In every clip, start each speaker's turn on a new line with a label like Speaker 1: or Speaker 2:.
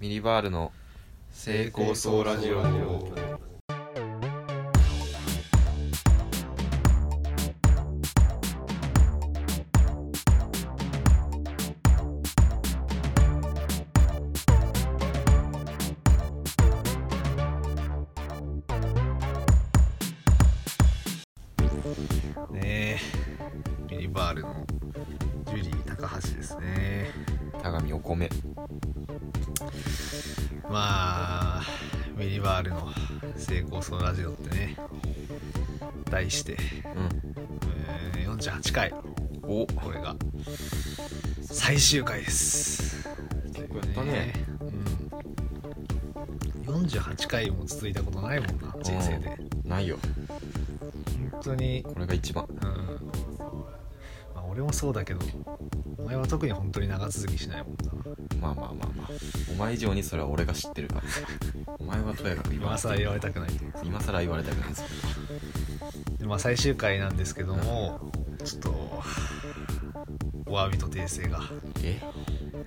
Speaker 1: ミリバールの成功そうラジオ
Speaker 2: ねえミニバールのジュリー高橋ですね
Speaker 1: 田上お米
Speaker 2: まあミニバールの成功そのラジオってね題して、
Speaker 1: うん
Speaker 2: えー48回
Speaker 1: お
Speaker 2: これが最終回です結
Speaker 1: 構やったね
Speaker 2: うん48回も続いたことないもんな人生で
Speaker 1: ないよ
Speaker 2: 本当に
Speaker 1: これが一番
Speaker 2: うんまあ、俺もそうだけどお前は特に本当に長続きしないもんな
Speaker 1: まあまあまあまあお前以上にそれは俺が知ってるからお前はとやかく
Speaker 2: 今更言われたくないという
Speaker 1: 今更言われたくないです
Speaker 2: でまあ最終回なんですけどもちょっとお詫びと訂正が
Speaker 1: え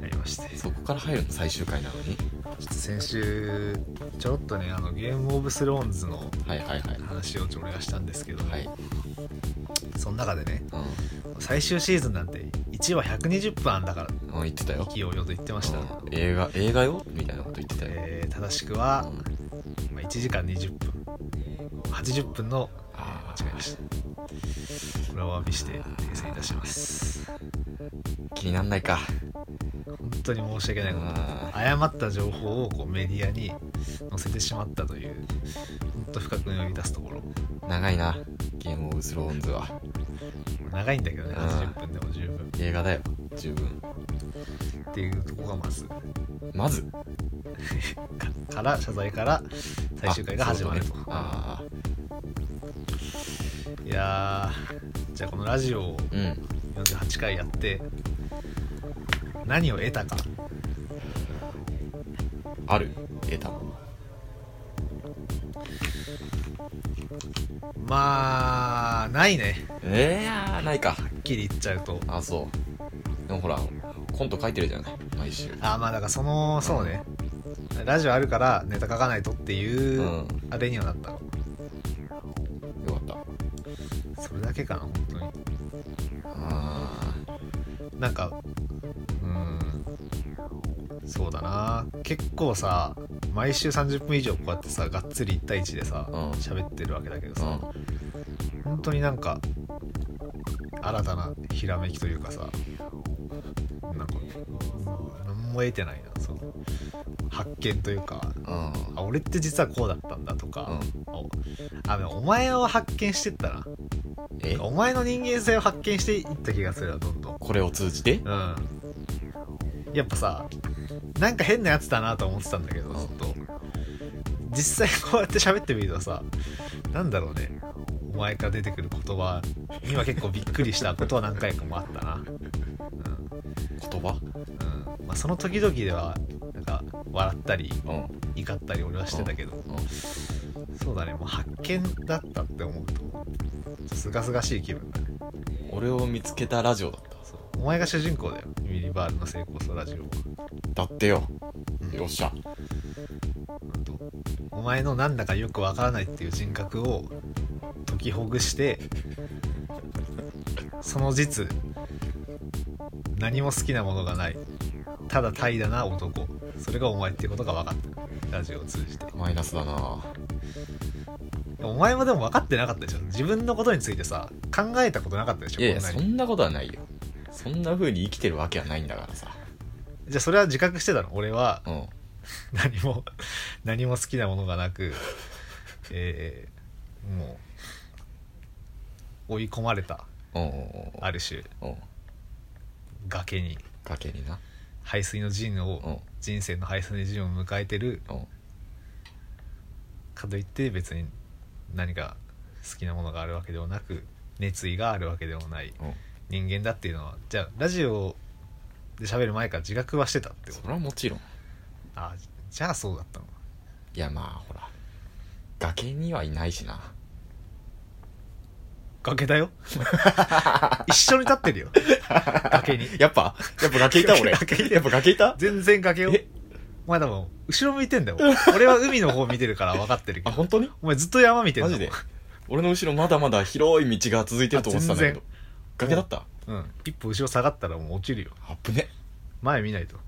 Speaker 2: ありましてちょ
Speaker 1: そこから入るの最終回なのに
Speaker 2: っと先週ちょろっとねあのゲームオブスローンズの
Speaker 1: はいはいはい
Speaker 2: 話をちょ俺がしたんですけど、
Speaker 1: はい
Speaker 2: その中でね
Speaker 1: う
Speaker 2: 最終シーズンなんて1話120分あんだから
Speaker 1: ん、うん、言ってたよ
Speaker 2: 意気揚々と言ってました、
Speaker 1: うん映画映画よみたいなこと言ってたよ、
Speaker 2: えー正しく
Speaker 1: う
Speaker 2: は
Speaker 1: ん、
Speaker 2: まあ、1時間20分80分の
Speaker 1: あ
Speaker 2: 間違えましたこれはお詫びして訂正いたします
Speaker 1: ー気になんないか
Speaker 2: 本当に申し訳ないこと
Speaker 1: あ
Speaker 2: 誤った情報をこうメディアに載せてしまったという本当不覚に呼び出すところ
Speaker 1: ー長いなゲームオブスローンズは
Speaker 2: 長いんだけどね
Speaker 1: うん
Speaker 2: 80分でも十分
Speaker 1: 映画だよ十分
Speaker 2: っていうところがまず
Speaker 1: まず
Speaker 2: かから謝罪から最終回が始まると、
Speaker 1: あ
Speaker 2: いやーじゃあこのラジオを
Speaker 1: そうだねあー
Speaker 2: 48回やって何を得たか
Speaker 1: うんある得たもの
Speaker 2: まあないねは
Speaker 1: ええー、ないか
Speaker 2: っきり言っちゃうと
Speaker 1: あそうでもほらコント書いてるじゃない毎週
Speaker 2: あまあだからそのそうねラジオあるからネタ書かないとっていう、
Speaker 1: うん
Speaker 2: あれにはなった
Speaker 1: よかった
Speaker 2: それだけかな本当に
Speaker 1: あ
Speaker 2: なんかうーんそうだな結構さ毎週30分以上こうやってさがっつり1対1でさ
Speaker 1: うん
Speaker 2: 喋、ってるわけだけどさ、
Speaker 1: ー
Speaker 2: 本当になんか新たなひらめきというかさなんか何も得てないなその発見というか
Speaker 1: うん
Speaker 2: あ俺って実はこうだったんだとか、
Speaker 1: う
Speaker 2: ああでもお前を発見してったな
Speaker 1: うんえ
Speaker 2: お前の人間性を発見していった気がするなどんどん
Speaker 1: これを通じて
Speaker 2: うんやっぱさなんか変なやつだなと思ってたんだけどずっと実際こうやって喋ってみるとさなんだろうねお前から出てくる言葉には結構びっくりしたことは何回かもあったな、
Speaker 1: 言葉
Speaker 2: うんまあ、その時々ではなんか笑ったり
Speaker 1: うん
Speaker 2: 怒ったり俺はしてたけど、
Speaker 1: う
Speaker 2: そうだねもう発見だったって思うとすがすがしい気分だね
Speaker 1: ん俺を見つけたラジオだっ
Speaker 2: そうお前が主人公だよミリバールの成功とラジオ
Speaker 1: ただってよよっしゃ
Speaker 2: お前のなんだかよくわからないっていう人格を解きほぐしてその実何も好きなものがないただ怠惰な男それがお前っていうことが分かったラジオを通じて
Speaker 1: マイナスだな
Speaker 2: お前もでも分かってなかったでしょ自分のことについてさ考えたことなかったでしょ
Speaker 1: いやいや
Speaker 2: こんな
Speaker 1: そ
Speaker 2: に
Speaker 1: んなことはないよそんな風に生きてるわけはないんだからさ
Speaker 2: じゃあそれは自覚してたの俺は
Speaker 1: うん
Speaker 2: 何も何も好きなものがなくえーもう追い込まれた
Speaker 1: うんうん
Speaker 2: ある種
Speaker 1: うんうん
Speaker 2: 崖に
Speaker 1: 崖にな
Speaker 2: 排水の陣を、
Speaker 1: うん
Speaker 2: 人生の排水の陣を迎えてる
Speaker 1: うん
Speaker 2: かといって別に何か好きなものがあるわけでもなく熱意があるわけでもない
Speaker 1: うん
Speaker 2: 人間だっていうのはじゃあラジオで喋る前から自覚はしてたってこ
Speaker 1: そ
Speaker 2: と
Speaker 1: れはもちろん
Speaker 2: あじゃあそうだったの
Speaker 1: いやまあほら崖にはいないしな
Speaker 2: 崖だよ一緒に立ってるよ崖に
Speaker 1: やっぱやっぱ崖いた俺
Speaker 2: 崖いた
Speaker 1: やっぱ崖いた
Speaker 2: 全然崖よ
Speaker 1: え
Speaker 2: お前多分、後ろ向いてんだよ。俺は海の方見てるから分かってる
Speaker 1: あ
Speaker 2: けど。
Speaker 1: 本当に
Speaker 2: お前ずっと山見てる
Speaker 1: マジで俺の後ろまだまだ広い道が続いてると思ってたんだけど崖だった
Speaker 2: うん。一歩後ろ下がったらもう落ちるよ。
Speaker 1: あぶね
Speaker 2: 前見ないと。っ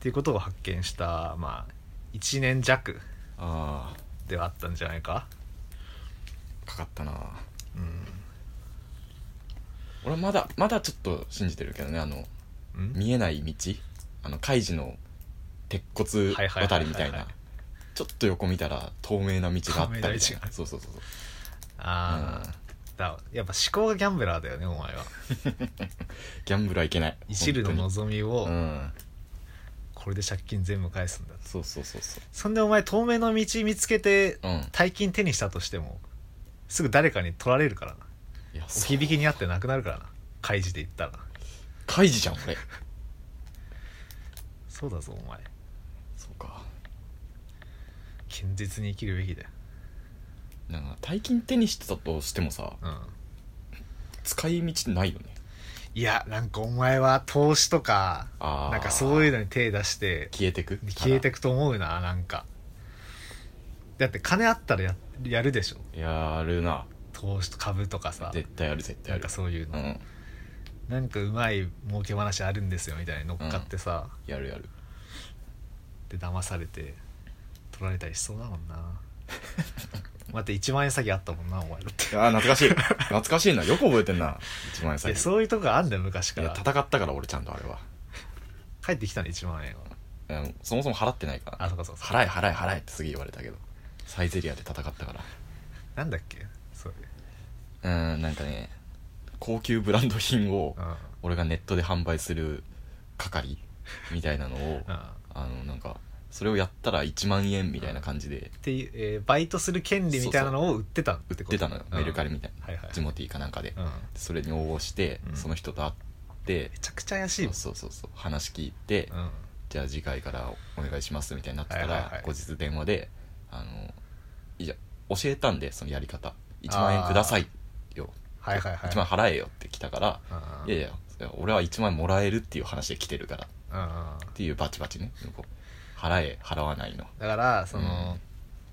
Speaker 2: ていうことを発見した、まあ、1年弱
Speaker 1: あ
Speaker 2: ではあったんじゃないか
Speaker 1: ーかかったな
Speaker 2: うん。
Speaker 1: 俺まだまだちょっと信じてるけどねあの
Speaker 2: うん
Speaker 1: 見えない道あのカイジの鉄骨
Speaker 2: はいはいは
Speaker 1: 渡
Speaker 2: いはいはい
Speaker 1: りみたいなちょっと横見たら透明な道があったり
Speaker 2: 透明な道が
Speaker 1: そうそうそうそう
Speaker 2: ああ、だ、やっぱ思考がギャンブラーだよね、お前は。
Speaker 1: ギャンブルはいけない
Speaker 2: 一縷の
Speaker 1: 本
Speaker 2: 望み
Speaker 1: 当
Speaker 2: を
Speaker 1: に、うん
Speaker 2: これで借金全部返すんだ。
Speaker 1: そうそうそうそ
Speaker 2: そんでお前、透明の道見つけて、
Speaker 1: ううん
Speaker 2: 大金手にしたとしても、すぐ誰かに取られるからな。
Speaker 1: いや
Speaker 2: 置き引きにあってなくなるからな。開示で言ったらな。
Speaker 1: カイジじゃん俺
Speaker 2: そうだぞ、お前。
Speaker 1: そうか
Speaker 2: 堅実に生きるべきだよ。
Speaker 1: なんか大金手にしてたとしてもさ
Speaker 2: うん。
Speaker 1: 使い道ないよね
Speaker 2: いや、なんかお前は投資とか、
Speaker 1: あー
Speaker 2: なんかそういうのに手出して、
Speaker 1: 消えてく
Speaker 2: 消えてくと思うな、なんか。だって金あったらややるでしょ。
Speaker 1: やるな
Speaker 2: 投資と株とかさ。
Speaker 1: 絶対やる絶対
Speaker 2: な
Speaker 1: や
Speaker 2: ん
Speaker 1: る
Speaker 2: かそういう
Speaker 1: う
Speaker 2: の。
Speaker 1: ん
Speaker 2: なんかうまい儲け話あるんですよみたいに乗っかってさ、
Speaker 1: やるやる
Speaker 2: で騙されて取られたりしそうだもんな 待って1万円詐欺あったもんなお 前だって
Speaker 1: あー懐かしい懐かしいなよく覚えてんな一万円
Speaker 2: い
Speaker 1: 先
Speaker 2: やそういうとこあんだよ昔か
Speaker 1: いや
Speaker 2: ら
Speaker 1: 戦ったから俺ちゃんとあれは
Speaker 2: 帰ってきたの1万円は
Speaker 1: うんそもそも払ってないから
Speaker 2: あそうかそうか
Speaker 1: 払え払え払えってすげえ言われたけどサイゼリアで戦ったか
Speaker 2: なんだっけそれ
Speaker 1: らうんなんかね高級ブランド品を
Speaker 2: うんうん
Speaker 1: 俺がネットで販売する係みたいな のを
Speaker 2: っ
Speaker 1: あのなんかそれをやったら1万円みたいな感じで
Speaker 2: ていう、えーバイトする権利みたいなのを売ってたっ
Speaker 1: 売
Speaker 2: て
Speaker 1: っ
Speaker 2: こ
Speaker 1: て
Speaker 2: と
Speaker 1: たのよメルカリみたいな
Speaker 2: はいはい
Speaker 1: ジモティーかなんかで
Speaker 2: うん、め
Speaker 1: それに応募して
Speaker 2: うん
Speaker 1: その人と会って
Speaker 2: ちゃくちゃ怪しい
Speaker 1: そ
Speaker 2: も
Speaker 1: うんそうそうそう話聞いて
Speaker 2: うん
Speaker 1: じゃあ次回からお願いしますみたいになってた
Speaker 2: はいはいは
Speaker 1: ら
Speaker 2: い
Speaker 1: 後日電話であのいや教えたんでそのやり方1万円くださいよ
Speaker 2: はいはいはい
Speaker 1: 1万払えよって来たから
Speaker 2: うん
Speaker 1: いやいやいや俺は1万円もらえるっていう話で来てるからっ
Speaker 2: うんうん
Speaker 1: ていうバチバチね向こう払え払わないの
Speaker 2: だからその、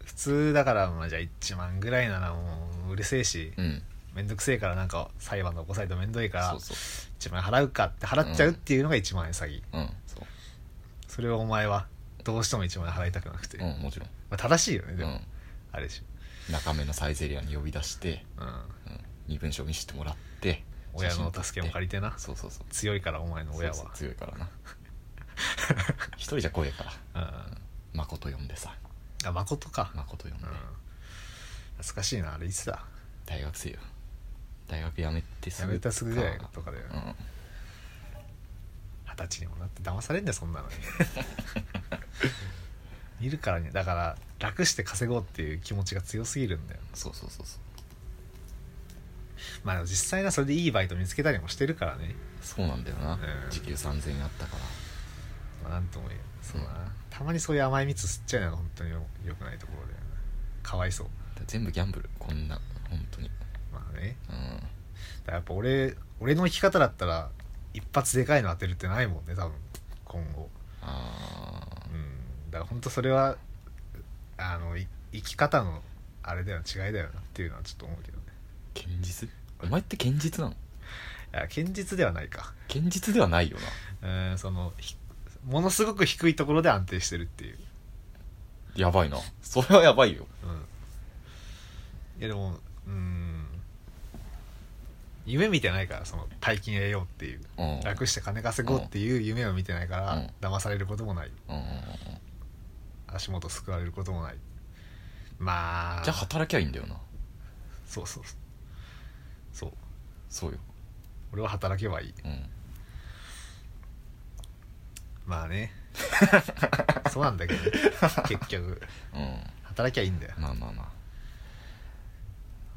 Speaker 2: 普通だからまあじゃあ1万ぐらいならもううるせえし、
Speaker 1: うん
Speaker 2: めんどくせえからなんか裁判残されてめんどいから
Speaker 1: そうそう
Speaker 2: 1万円払うかって払っちゃうっていうのが1万円詐欺、
Speaker 1: うんそう
Speaker 2: それをお前はどうしても1万円払いたくなくて、
Speaker 1: う
Speaker 2: ま
Speaker 1: んもちろん
Speaker 2: あ、正しいよねで
Speaker 1: う
Speaker 2: も、
Speaker 1: ん
Speaker 2: あれでし
Speaker 1: 中目のサイゼリアに呼び出して、
Speaker 2: ょ、うん、
Speaker 1: うん、身分証見せてもらって
Speaker 2: 親の助けも借
Speaker 1: り
Speaker 2: りてな
Speaker 1: そうそうそう
Speaker 2: 強いからお前の親は
Speaker 1: そうそう強いから な一人じゃ怖えから
Speaker 2: うん、
Speaker 1: 誠呼んでさ
Speaker 2: あ誠か、
Speaker 1: 誠呼んで、
Speaker 2: うん、懐かしいなあれいつだ
Speaker 1: 大学生よ大学辞めてす
Speaker 2: 辞
Speaker 1: ぐ
Speaker 2: めたすぐぐらい
Speaker 1: か
Speaker 2: とかだよね
Speaker 1: うん
Speaker 2: 二十歳にもなって騙されんだよそんなのに 見るからにだから楽して稼ごうっていう気持ちが強すぎるんだよ
Speaker 1: そうそうそうそう
Speaker 2: まあでも実際なそれでいいバイト見つけたりもしてるからね
Speaker 1: そうなんだよな、
Speaker 2: うん
Speaker 1: 時給3000円あったから
Speaker 2: まあなんとも言えそうだな、
Speaker 1: う
Speaker 2: たまにそういう甘い蜜吸っちゃうのは本当によ良くないところだよねかわいそう
Speaker 1: 全部ギャンブルこんな本当に
Speaker 2: まあね
Speaker 1: うん
Speaker 2: だからやっぱ俺俺の生き方だったら一発でかいの当てるってないもんね多分今後
Speaker 1: あー
Speaker 2: うんだから本当それはあのい生き方のあれだよ違いだよなっていうのはちょっと思うけどね
Speaker 1: 堅実お前って堅実なの
Speaker 2: いや堅実ではないか
Speaker 1: 堅実ではないよな
Speaker 2: うんそのひものすごく低いところで安定してるっていう
Speaker 1: やばいなそれはやばいよ
Speaker 2: いやでもうん夢見てないからその大金得ようっていう
Speaker 1: うんうん
Speaker 2: 楽して金稼ごうっていう夢を見てないから、
Speaker 1: うん
Speaker 2: 騙されることもない
Speaker 1: うんうんうん
Speaker 2: 足元すくわれることもないまあ
Speaker 1: じゃあ働きゃいいんだよな
Speaker 2: そうそうそうそう
Speaker 1: そうよ
Speaker 2: 俺は働けばいい
Speaker 1: うん
Speaker 2: ま あねそうなんだけどね結局
Speaker 1: う
Speaker 2: 働きゃいいんだよ
Speaker 1: んまあまあま
Speaker 2: ま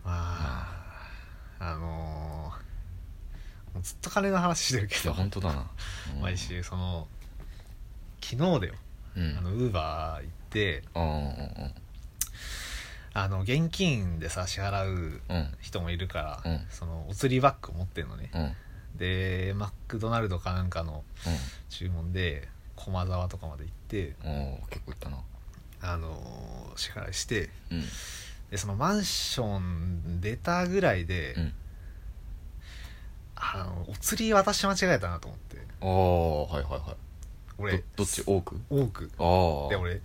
Speaker 2: あ
Speaker 1: あ
Speaker 2: あのーもうずっと金の話してるけ
Speaker 1: いや
Speaker 2: ど
Speaker 1: 本当だな、うん、
Speaker 2: 毎週その昨日だよ
Speaker 1: うん
Speaker 2: あのウーバー行って
Speaker 1: うんうんうん
Speaker 2: あの現金でさ支払う
Speaker 1: うん
Speaker 2: 人もいるから、
Speaker 1: うん
Speaker 2: そのお釣りバッグを持ってるのね
Speaker 1: うんうん
Speaker 2: でマクドナルドかなんかの注文で駒沢とかまで行って
Speaker 1: おー結構いったな
Speaker 2: あのー支払いして
Speaker 1: うん
Speaker 2: でそのマンション出たぐらいで、
Speaker 1: うん
Speaker 2: あのお釣り渡し間違えたなと思って
Speaker 1: ああはいはいはい
Speaker 2: 俺
Speaker 1: どどっち多く
Speaker 2: 多く
Speaker 1: ああ
Speaker 2: で俺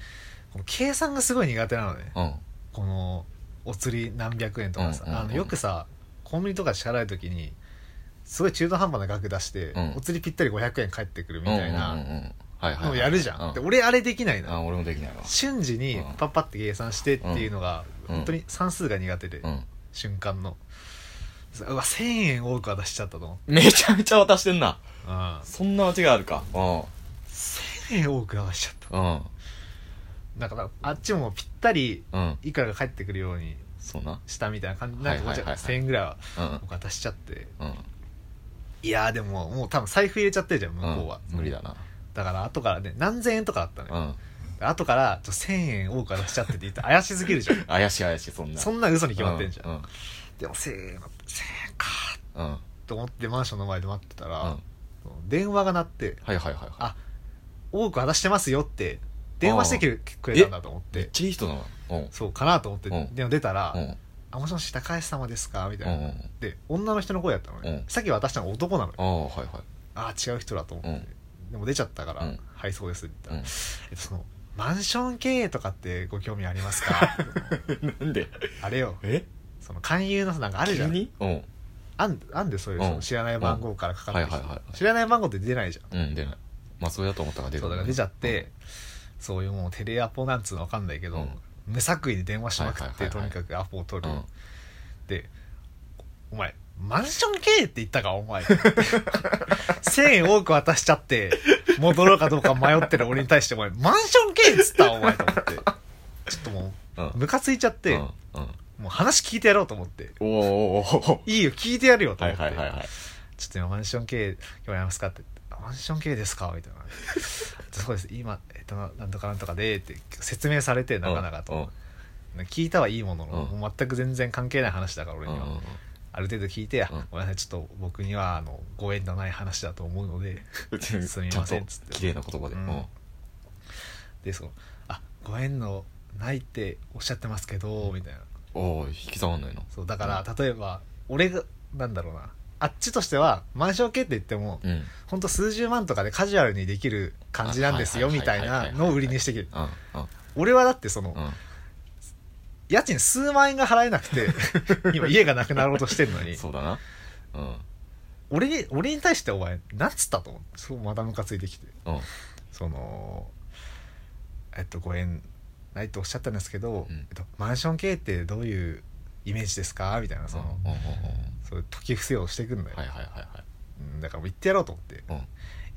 Speaker 2: この計算がすごい苦手なのね
Speaker 1: うん
Speaker 2: このお釣り何百円とかさ、
Speaker 1: うんうんうん
Speaker 2: あのよくさコンビニとかで支払う時にすごい中途半端な額出して、
Speaker 1: うん
Speaker 2: お釣りぴったり500円返ってくるみたい
Speaker 1: うんうん
Speaker 2: な
Speaker 1: うんうんはいはい
Speaker 2: の
Speaker 1: は
Speaker 2: を
Speaker 1: い
Speaker 2: やるじゃん、
Speaker 1: う
Speaker 2: で俺あれできない
Speaker 1: あ
Speaker 2: な
Speaker 1: 俺もできないわ
Speaker 2: 瞬時に
Speaker 1: うん
Speaker 2: パッパって計算してっていうのが、
Speaker 1: うん
Speaker 2: 本当に算数が苦手で、
Speaker 1: うん
Speaker 2: 瞬間のうわ1000円多く渡しちゃったと思って、
Speaker 1: めちゃめちゃ渡してんな
Speaker 2: うん、1000
Speaker 1: そんな間違いあるかうん
Speaker 2: 円多く渡しちゃった
Speaker 1: うん
Speaker 2: だからあっちもぴったり
Speaker 1: うん
Speaker 2: いくらが返ってくるように
Speaker 1: そうな
Speaker 2: したみたいな感じなんかこっち
Speaker 1: はいはいはいは
Speaker 2: はい1000円ぐらいは
Speaker 1: うんうん
Speaker 2: 僕渡しちゃって
Speaker 1: うん
Speaker 2: いやーでももう多分財布入れちゃってるじゃん向こうは、
Speaker 1: 無理だな
Speaker 2: だから後からね何千円とかだったの
Speaker 1: う
Speaker 2: よ、
Speaker 1: ん
Speaker 2: 後からちょっと1000円多く渡しちゃってって言って怪しすぎるじ ゃん
Speaker 1: 怪しい怪しいそんな
Speaker 2: そ
Speaker 1: ん
Speaker 2: んな嘘に決まってんじゃん、
Speaker 1: うん
Speaker 2: でも1000円だった1000円か
Speaker 1: うんうん
Speaker 2: と思ってマンションの前で待ってたら、
Speaker 1: はい
Speaker 2: 電話が鳴って
Speaker 1: はいはいはい
Speaker 2: あ多く渡してますよって電話してきてくれたんだと思っ
Speaker 1: めってちゃいい人だなうん
Speaker 2: そうかなと思って
Speaker 1: うん
Speaker 2: 電話出たら
Speaker 1: うん
Speaker 2: 「あもしもし高橋様ですか?」みた
Speaker 1: う
Speaker 2: い
Speaker 1: ん
Speaker 2: な、
Speaker 1: うん
Speaker 2: で女の人の声やったのね、
Speaker 1: うん
Speaker 2: さっき渡したのが男なのよ
Speaker 1: ああはいはい
Speaker 2: ああ違う人だと思って、でも出ちゃったから
Speaker 1: う
Speaker 2: 「
Speaker 1: ん
Speaker 2: はいそうです」って言っ
Speaker 1: うん
Speaker 2: たら、えっと、そのマンション経営とかってご興味ありま すか
Speaker 1: なんで
Speaker 2: あれよ
Speaker 1: え
Speaker 2: その勧誘のさなんかあるじゃ
Speaker 1: 急
Speaker 2: ん
Speaker 1: にうん
Speaker 2: あんあんでそういう
Speaker 1: うん
Speaker 2: その知らない番号からかかってきて、
Speaker 1: うんはいはいはい
Speaker 2: 知らない番号って出ないじゃん
Speaker 1: うん出ないまあそれだと思ったから出る
Speaker 2: そうだから出ちゃって、そういうもうテレアポなんつうのわかんないけど、
Speaker 1: うん
Speaker 2: 無作為に電話しまくって、
Speaker 1: はいはいはいはい
Speaker 2: とにかくアポを取
Speaker 1: う
Speaker 2: る、
Speaker 1: ん
Speaker 2: で「お前マンション経営って言ったかお前」1000円多く渡しちゃって戻ろうかどうか迷ってる俺に対して「お前マンション経営っつったお前」と思ってちょっとも
Speaker 1: う
Speaker 2: うんムカついちゃって、
Speaker 1: うんうん
Speaker 2: もう話聞いてやろうと思って
Speaker 1: おおおお
Speaker 2: 「いいよ聞いてやるよ」と
Speaker 1: は
Speaker 2: 思
Speaker 1: い
Speaker 2: って、
Speaker 1: はいはい はい
Speaker 2: ちょっと今マンション経営今やりますかって「あマンション経営ですか?」みたいな「そうです今、えっと、なんとかなんとかで」って説明されてなかなか
Speaker 1: うん
Speaker 2: と、聞いたはいいものの、
Speaker 1: うん
Speaker 2: もう全く全然関係ない話だから俺
Speaker 1: うん
Speaker 2: に
Speaker 1: う
Speaker 2: は、
Speaker 1: ん
Speaker 2: ある程度聞いて「
Speaker 1: うん
Speaker 2: ごめんなさいちょっと僕にはあのご縁のない話だと思うので
Speaker 1: うんち
Speaker 2: すみ
Speaker 1: ゃ
Speaker 2: ま
Speaker 1: ん
Speaker 2: せん
Speaker 1: と
Speaker 2: っつって
Speaker 1: 綺麗な言葉で
Speaker 2: う
Speaker 1: うんん
Speaker 2: でそのあご縁のないっておっしゃってますけど」みたいな
Speaker 1: おお引き下がんないな
Speaker 2: そうだから例えば俺がなんだろうなあっちとしてはマンション系って言っても、
Speaker 1: うん
Speaker 2: ほんと数十万とかでカジュアルにできる感じなんですよ
Speaker 1: あはい
Speaker 2: み
Speaker 1: は
Speaker 2: た
Speaker 1: い
Speaker 2: い
Speaker 1: はいはい
Speaker 2: なのを売りにしてきる
Speaker 1: うんうん
Speaker 2: 俺はだってその、
Speaker 1: うん
Speaker 2: 家賃数万円が払えな くて今家がなくなろうとしてるのに
Speaker 1: そうだなうん
Speaker 2: 俺に俺に対してお前なんつったと思ってそうまたムカついてきて
Speaker 1: うん
Speaker 2: そのえっとご縁ないとおっしゃったんですけど、
Speaker 1: うん
Speaker 2: えっと、マンション経営ってどういうイメージですかみたいなその、
Speaker 1: うんうんうん
Speaker 2: そういう時伏せをしてくんだよ、
Speaker 1: はいはいはいはい
Speaker 2: うんだからもう言ってやろうと思って
Speaker 1: うん
Speaker 2: い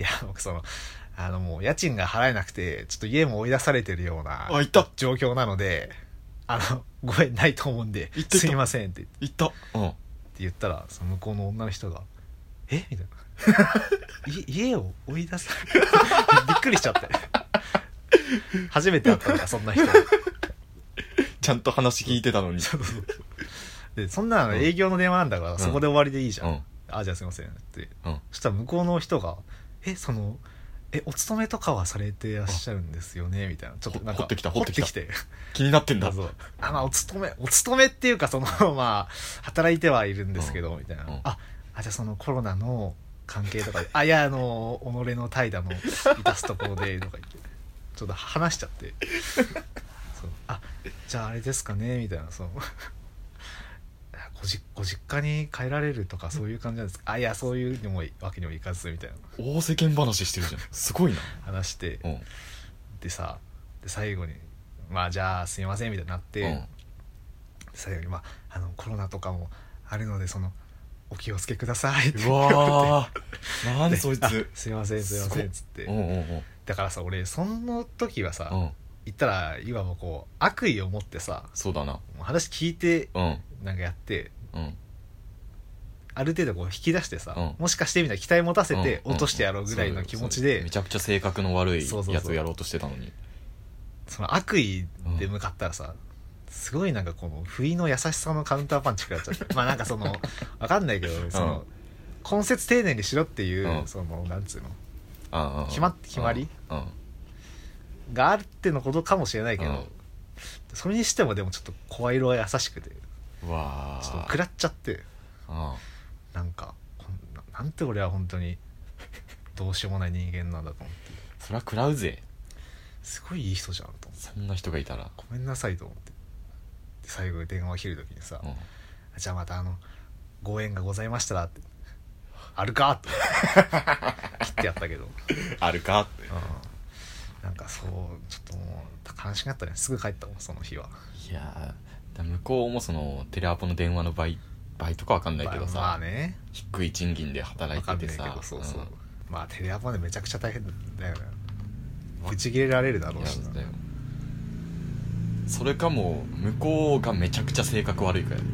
Speaker 2: や僕そのあのもう家賃が払えなくてちょっと家も追い出されてるような
Speaker 1: あ行った
Speaker 2: 状況なのであのご縁ないと思うんで
Speaker 1: 行った行った
Speaker 2: すいませんってって
Speaker 1: 行ったうん
Speaker 2: 言ったらその向こうの女の人が「えみたいない 家を追い出され びっくりしちゃって初めて会ったからそんな人
Speaker 1: ちゃんと話聞いてたのに
Speaker 2: でそんなの営業の電話なんだから、
Speaker 1: ん
Speaker 2: そこで終わりでいいじゃん、
Speaker 1: うん
Speaker 2: あじゃあすいませんって
Speaker 1: うん
Speaker 2: そしたら向こうの人が「えそのえお勤めとかはされてらっしゃるんですよね」みたいなちょっとなんか
Speaker 1: ほってきたほってきた
Speaker 2: ほってきて
Speaker 1: 気になってんだ
Speaker 2: そうあまあお勤めお勤めっていうかその まあ働いてはいるんですけど、みたいな、
Speaker 1: うん
Speaker 2: ああじゃあそのコロナの関係とかであいやあの己の怠惰の致すところでとか言ってちょっと話しちゃってそうあじゃああれですかねみたいなそのごじご実家に帰られるとかそういう感じなんですかあいやそういうのもわけにもいかずみたいな
Speaker 1: 大世間話してるじゃんすごいな
Speaker 2: 話して
Speaker 1: うん
Speaker 2: でさで最後に「まあじゃあすいません」みたいになって、
Speaker 1: うん
Speaker 2: 最後に、まあ、あのコロナとかもあるのでそのお気をつけくださいって
Speaker 1: うわー なん
Speaker 2: で
Speaker 1: でそい
Speaker 2: あ
Speaker 1: つ
Speaker 2: すいませんすいま
Speaker 1: す
Speaker 2: せん
Speaker 1: ごっ
Speaker 2: っつっ
Speaker 1: うん
Speaker 2: て
Speaker 1: うんうん
Speaker 2: だからさ俺その時はさ、
Speaker 1: うん
Speaker 2: 言ったら今もこう悪意を持ってさ
Speaker 1: そうだな
Speaker 2: もう話聞いて
Speaker 1: うん
Speaker 2: なんかやって
Speaker 1: うん
Speaker 2: ある程度こう引き出してさ、
Speaker 1: うん
Speaker 2: もしかしてみたいな期待持たせて
Speaker 1: うん
Speaker 2: 落としてやろうぐらいの気持ちで、
Speaker 1: そうめちゃくちゃ性格の悪い
Speaker 2: そうそうそう
Speaker 1: やつをやろうとしてたのに
Speaker 2: その悪意で向かったらさ、すごいなんかこの不意の優しさのカウンターパンチ食らっちゃっ てまあなんかそのわかんないけどその、
Speaker 1: うん
Speaker 2: 根節丁寧にしろっていう、
Speaker 1: うん
Speaker 2: そのなんつうの
Speaker 1: ああ
Speaker 2: 決まっ決まり
Speaker 1: うんうん
Speaker 2: があるってのことかもしれないけど、
Speaker 1: うん
Speaker 2: それにしてもでもちょっと声色は優しくてち
Speaker 1: うわ
Speaker 2: ょ
Speaker 1: ー
Speaker 2: っと食らっちゃって
Speaker 1: うん
Speaker 2: なんかこんななんて俺は本当にどうしようもない人間なんだと思って
Speaker 1: そりゃ食らうぜ
Speaker 2: すごいいい人じゃんと思って
Speaker 1: そんな人がいたら
Speaker 2: ごめんなさいと思ってで最後に電話を切る時にさ
Speaker 1: うん
Speaker 2: 「じゃあまたあのご縁がございましたら」って「あるか?」って切ってやったけど、うん、
Speaker 1: あるかって
Speaker 2: なんかそうちょっともう悲しかったねすぐ帰ったもんその日はい
Speaker 1: やーだ向こうもそのテレアポの電話の倍倍とかわかんないけどさ、
Speaker 2: まあね
Speaker 1: 低い賃金で働い
Speaker 2: わかん
Speaker 1: て
Speaker 2: ない
Speaker 1: て
Speaker 2: け
Speaker 1: さ
Speaker 2: どそうそう、
Speaker 1: ん
Speaker 2: まあテレアポでめちゃくちゃ大変だよね打ち切れられるだろうし
Speaker 1: いやだ
Speaker 2: な
Speaker 1: よそれかもう向こうがめちゃくちゃ性格悪いからも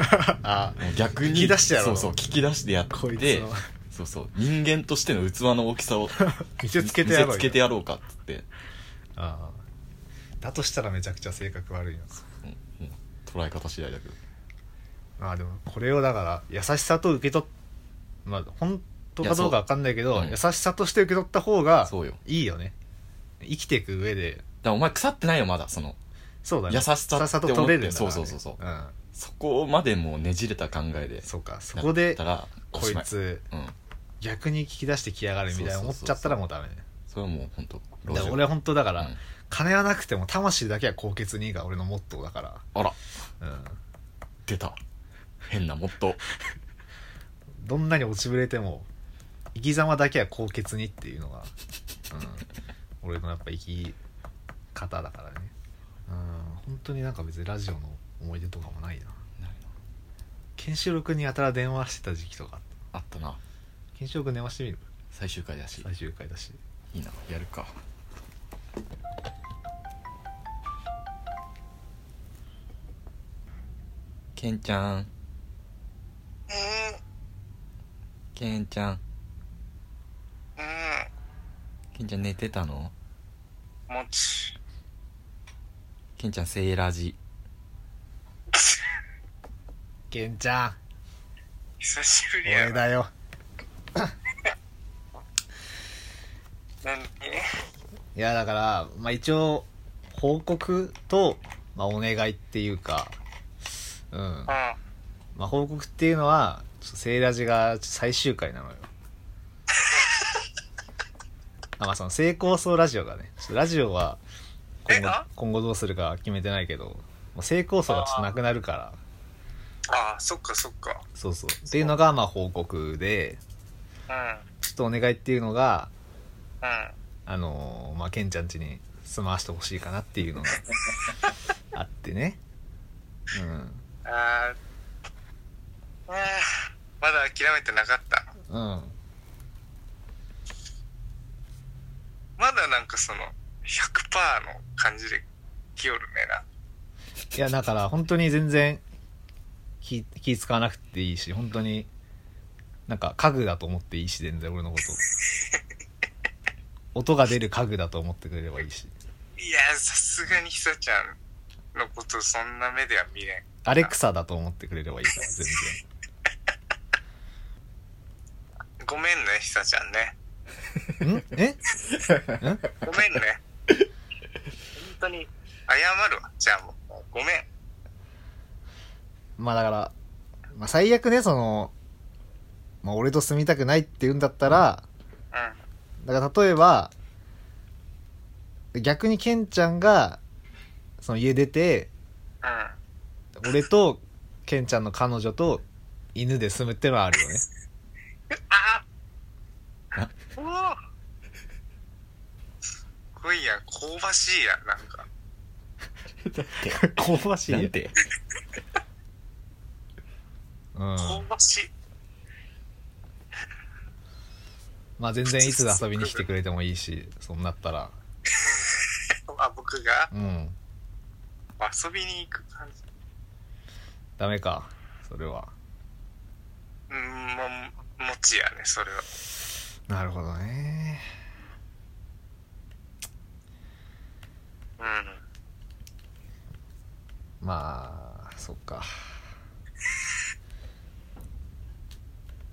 Speaker 2: あ
Speaker 1: う逆に
Speaker 2: 聞き出してやろう
Speaker 1: そうそう聞き出してやって
Speaker 2: こいつの
Speaker 1: そうそう人間としての器の大きさを
Speaker 2: 見せつけてやろうよ
Speaker 1: 見せつけてやろうかっつって
Speaker 2: ああだとしたらめちゃくちゃ性格悪いな
Speaker 1: うんもう捉え方次第だけど
Speaker 2: まあでもこれをだから優しさと受け取っまあ本当かどうか分かんないけ
Speaker 1: いや
Speaker 2: ど
Speaker 1: そううん
Speaker 2: 優しさとして受け取った方が
Speaker 1: そうよだか
Speaker 2: いいよね生きていく上で
Speaker 1: らお前腐ってないよまだその
Speaker 2: そうだね
Speaker 1: 優しさって思って
Speaker 2: と取れるんだからね
Speaker 1: そうそうそうそ
Speaker 2: うん、
Speaker 1: そこまでもうねじれた考えで
Speaker 2: そうかそこで
Speaker 1: やったらお
Speaker 2: こ
Speaker 1: し
Speaker 2: い
Speaker 1: ま
Speaker 2: つ
Speaker 1: うん
Speaker 2: 逆に聞き出してきやがるみたいな思っちゃったらもうダメね
Speaker 1: それはもう本当
Speaker 2: だから俺は本当だか
Speaker 1: う
Speaker 2: ら、
Speaker 1: ん
Speaker 2: 金はなくても魂だけは高潔にが俺のモットーだか
Speaker 1: あら
Speaker 2: ら、うん、
Speaker 1: 出た変なもっと
Speaker 2: どんなに落ちぶれても生き様だけは高潔にっていうのが、うん、俺のやっぱ生き方だからねうん本当になんか別にラジオの思い出とかもないなケンシロウ君にやたら電話してた時期とかあった
Speaker 1: あったな
Speaker 2: ケンシロウ君電話してみる
Speaker 1: 最終回だし
Speaker 2: 最終回だし
Speaker 1: いいなやるかケンちゃん
Speaker 3: うん
Speaker 1: ケンちゃん
Speaker 3: う
Speaker 1: ケンちゃん寝てたの
Speaker 3: んもち
Speaker 1: ケンちゃんセーラージ
Speaker 2: ケンちゃん
Speaker 3: 久しぶりや
Speaker 2: 俺
Speaker 3: な
Speaker 2: だよ
Speaker 3: 何
Speaker 2: いやだから、まあ、一応報告と、まあ、お願いっていうかうんまあ、報告っていうのはちょっとセイラジが最終回なのよあまあその成功層ラジオがねちょっとラジオは今後
Speaker 3: えあ
Speaker 2: 今後どうするかは決めてないけどもう成功層がちょっとなくなるから
Speaker 3: ああそっかそっか
Speaker 2: そうそうっていうのがまあ報告で
Speaker 3: うん
Speaker 2: ちょっとお願いっていうのが
Speaker 3: うん
Speaker 2: あのーまあケンちゃん家に住まわしてほしいかなっていうのがあってねうん
Speaker 3: あーあーまだ諦めてなかった
Speaker 2: うん
Speaker 3: まだなんかその100%の感じで来よるね
Speaker 2: いやだから本当に全然気気使わなくていいし本当になんか家具だと思っていいし全然俺のこと音が出る家具だと思ってくれればいいし
Speaker 3: ないやさすがにひさちゃんのことそんな目では見れん
Speaker 2: アレクサだと思ってくれればいいから全然
Speaker 3: ごめんねひさちゃんね
Speaker 2: んえ
Speaker 3: ごめんね 本当に謝るわじゃあもうごめん
Speaker 2: まあだから、まあ、最悪ねその、まあ、俺と住みたくないって言うんだったら
Speaker 3: う
Speaker 2: だから例えば逆にケンちゃんがその家出て
Speaker 3: んうん
Speaker 2: 俺とケンちゃんの彼女と犬で住むってのはある よね
Speaker 3: あ
Speaker 1: あ
Speaker 3: おおすっごいやん香ばしいやんなんか
Speaker 1: だって
Speaker 2: 香ばし
Speaker 1: なんて
Speaker 2: うん
Speaker 3: 香ばしい、
Speaker 2: まあ全然いつ遊びに来てくれてもいいしそうなったら
Speaker 3: あ僕が
Speaker 2: うん
Speaker 3: 遊びに行く感じ
Speaker 2: ダメかそれは
Speaker 3: うんももちやねそれは
Speaker 2: なるほどね
Speaker 3: うん
Speaker 2: まあそっか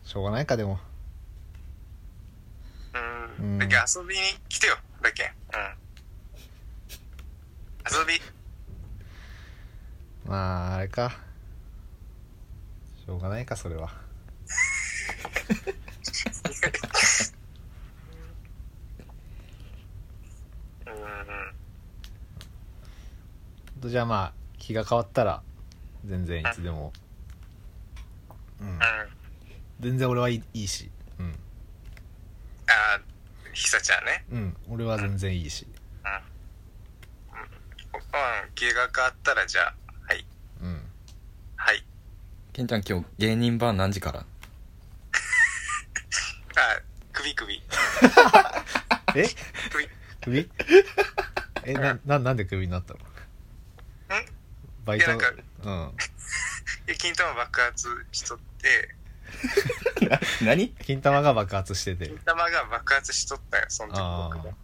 Speaker 2: しょうがないかでも
Speaker 3: うん
Speaker 2: うん
Speaker 3: だけ遊びに来てよ、だけ。うん。遊び。
Speaker 2: まああれかしょうがないかそれは
Speaker 3: うんうん。
Speaker 2: ほんとじゃあまあ気が変わったら全然いつでもうん
Speaker 3: あ
Speaker 2: 全然俺はいいいいしうん
Speaker 3: あー、ひさちゃんね。
Speaker 2: うん俺は全然いいし
Speaker 3: うん。気が変わったら、じゃあ、はい。
Speaker 2: うん
Speaker 3: はい。
Speaker 1: ケンちゃん今日芸人版何時から
Speaker 3: あー、首首。
Speaker 2: え
Speaker 3: 首。
Speaker 2: 首えなななんでクビになったの
Speaker 3: ん
Speaker 2: バイト
Speaker 3: いやなん
Speaker 2: うん
Speaker 3: で金玉爆発しとって、
Speaker 1: 何
Speaker 2: 金玉が爆発してて
Speaker 3: 金玉が爆発しとったよ、その時
Speaker 2: あ
Speaker 3: 僕
Speaker 2: あ
Speaker 3: も。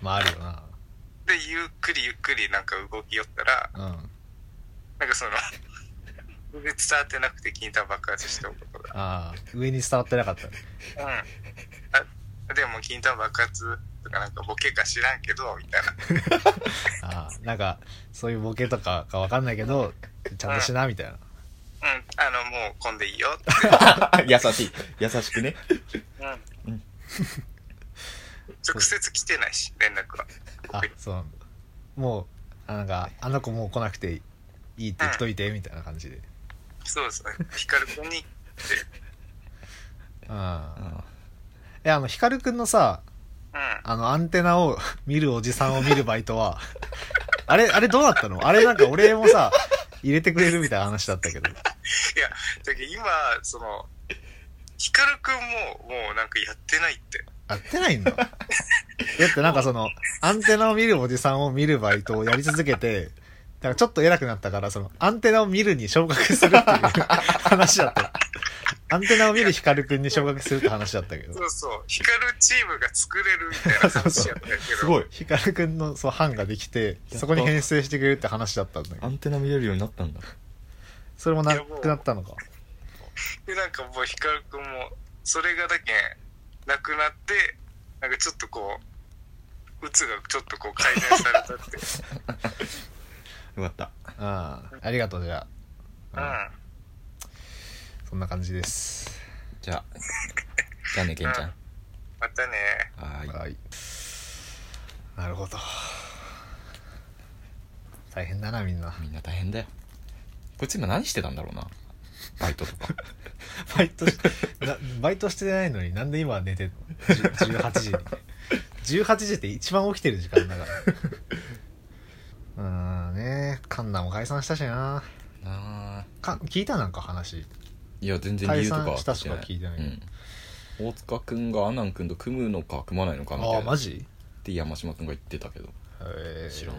Speaker 2: まああるよな
Speaker 3: で、ゆっくりゆっくりなんか動きよったら、
Speaker 2: うん
Speaker 3: なんかその、全然伝わってなくて金玉爆発したことが。
Speaker 2: ああ上に伝わってなかった
Speaker 3: うん。あでも金玉爆発とかなんかボケか知らんけど、みたいな。
Speaker 2: ああなんかそういうボケとかかわかんないけどちゃんとしなみたいな
Speaker 3: うん、あの、もう混んでいいよって。
Speaker 1: 優しい優しくね
Speaker 3: う
Speaker 1: うん
Speaker 3: ん。直接来てないし、連絡は。
Speaker 2: あそうなんだもうあなんかあの子もう来なくていいって言っといてみたいな感じで
Speaker 3: そうですね。ヒカル君に、
Speaker 2: うん
Speaker 1: あ
Speaker 2: えあの光くんのさ
Speaker 3: うん。
Speaker 2: あのアンテナを 見るおじさんを見るバイトは あれあれどうなったのあれなんか俺もさ入れてくれるみたいな話だったけど
Speaker 3: いや、だけど今、その、ヒカルくんも、もうなんかやってないって。
Speaker 2: やってないんだ。だってなんかその、アンテナを見るおじさんを見るバイトをやり続けて、だからちょっと偉くなったから、その、アンテナを見るに昇格するっていう話だった。アンテナを見るヒカルくんに昇格するって話だったけど。
Speaker 3: そうそう。ヒカルチームが作れるみたいな話やったけど。
Speaker 1: すごい
Speaker 2: ヒカルくんのそう班ができて、そこに編成してくれるって話だったんだけ
Speaker 1: ア
Speaker 2: ど。
Speaker 1: ンテナ見れるようになったんだ
Speaker 2: それもなくなったのか。
Speaker 3: で、なんかもうヒカルくんも、それがだけん、なくなって、なんかちょっとこう、うつがちょっとこう改善された って。
Speaker 1: よかった
Speaker 2: うん。ありがとう、じゃ
Speaker 3: うん。
Speaker 2: あ。
Speaker 3: は
Speaker 2: うん。そんな感じです。
Speaker 1: じゃあじゃあねケンちゃん
Speaker 3: うんいまたね。
Speaker 1: はーい
Speaker 2: はい。なるほど。大変だな、みんな。
Speaker 1: みんな大変だよこいつ今何してたんだろうなバイトと か
Speaker 2: バイトし、なバイトしてないのになんで今寝てんのじゅ ?18 時に。18時って一番起きてる時間だから。うーんね、カンナも解散したしな。
Speaker 1: なあ
Speaker 2: か聞いたなんか話。
Speaker 1: いや全然理由とかは
Speaker 2: 解散したとか聞いてない
Speaker 1: うん、大塚君が阿南君と組むのか組まないのかみたい
Speaker 2: ああ、
Speaker 1: な
Speaker 2: マジ
Speaker 1: って山島君が言ってたけど
Speaker 2: え
Speaker 1: 知らん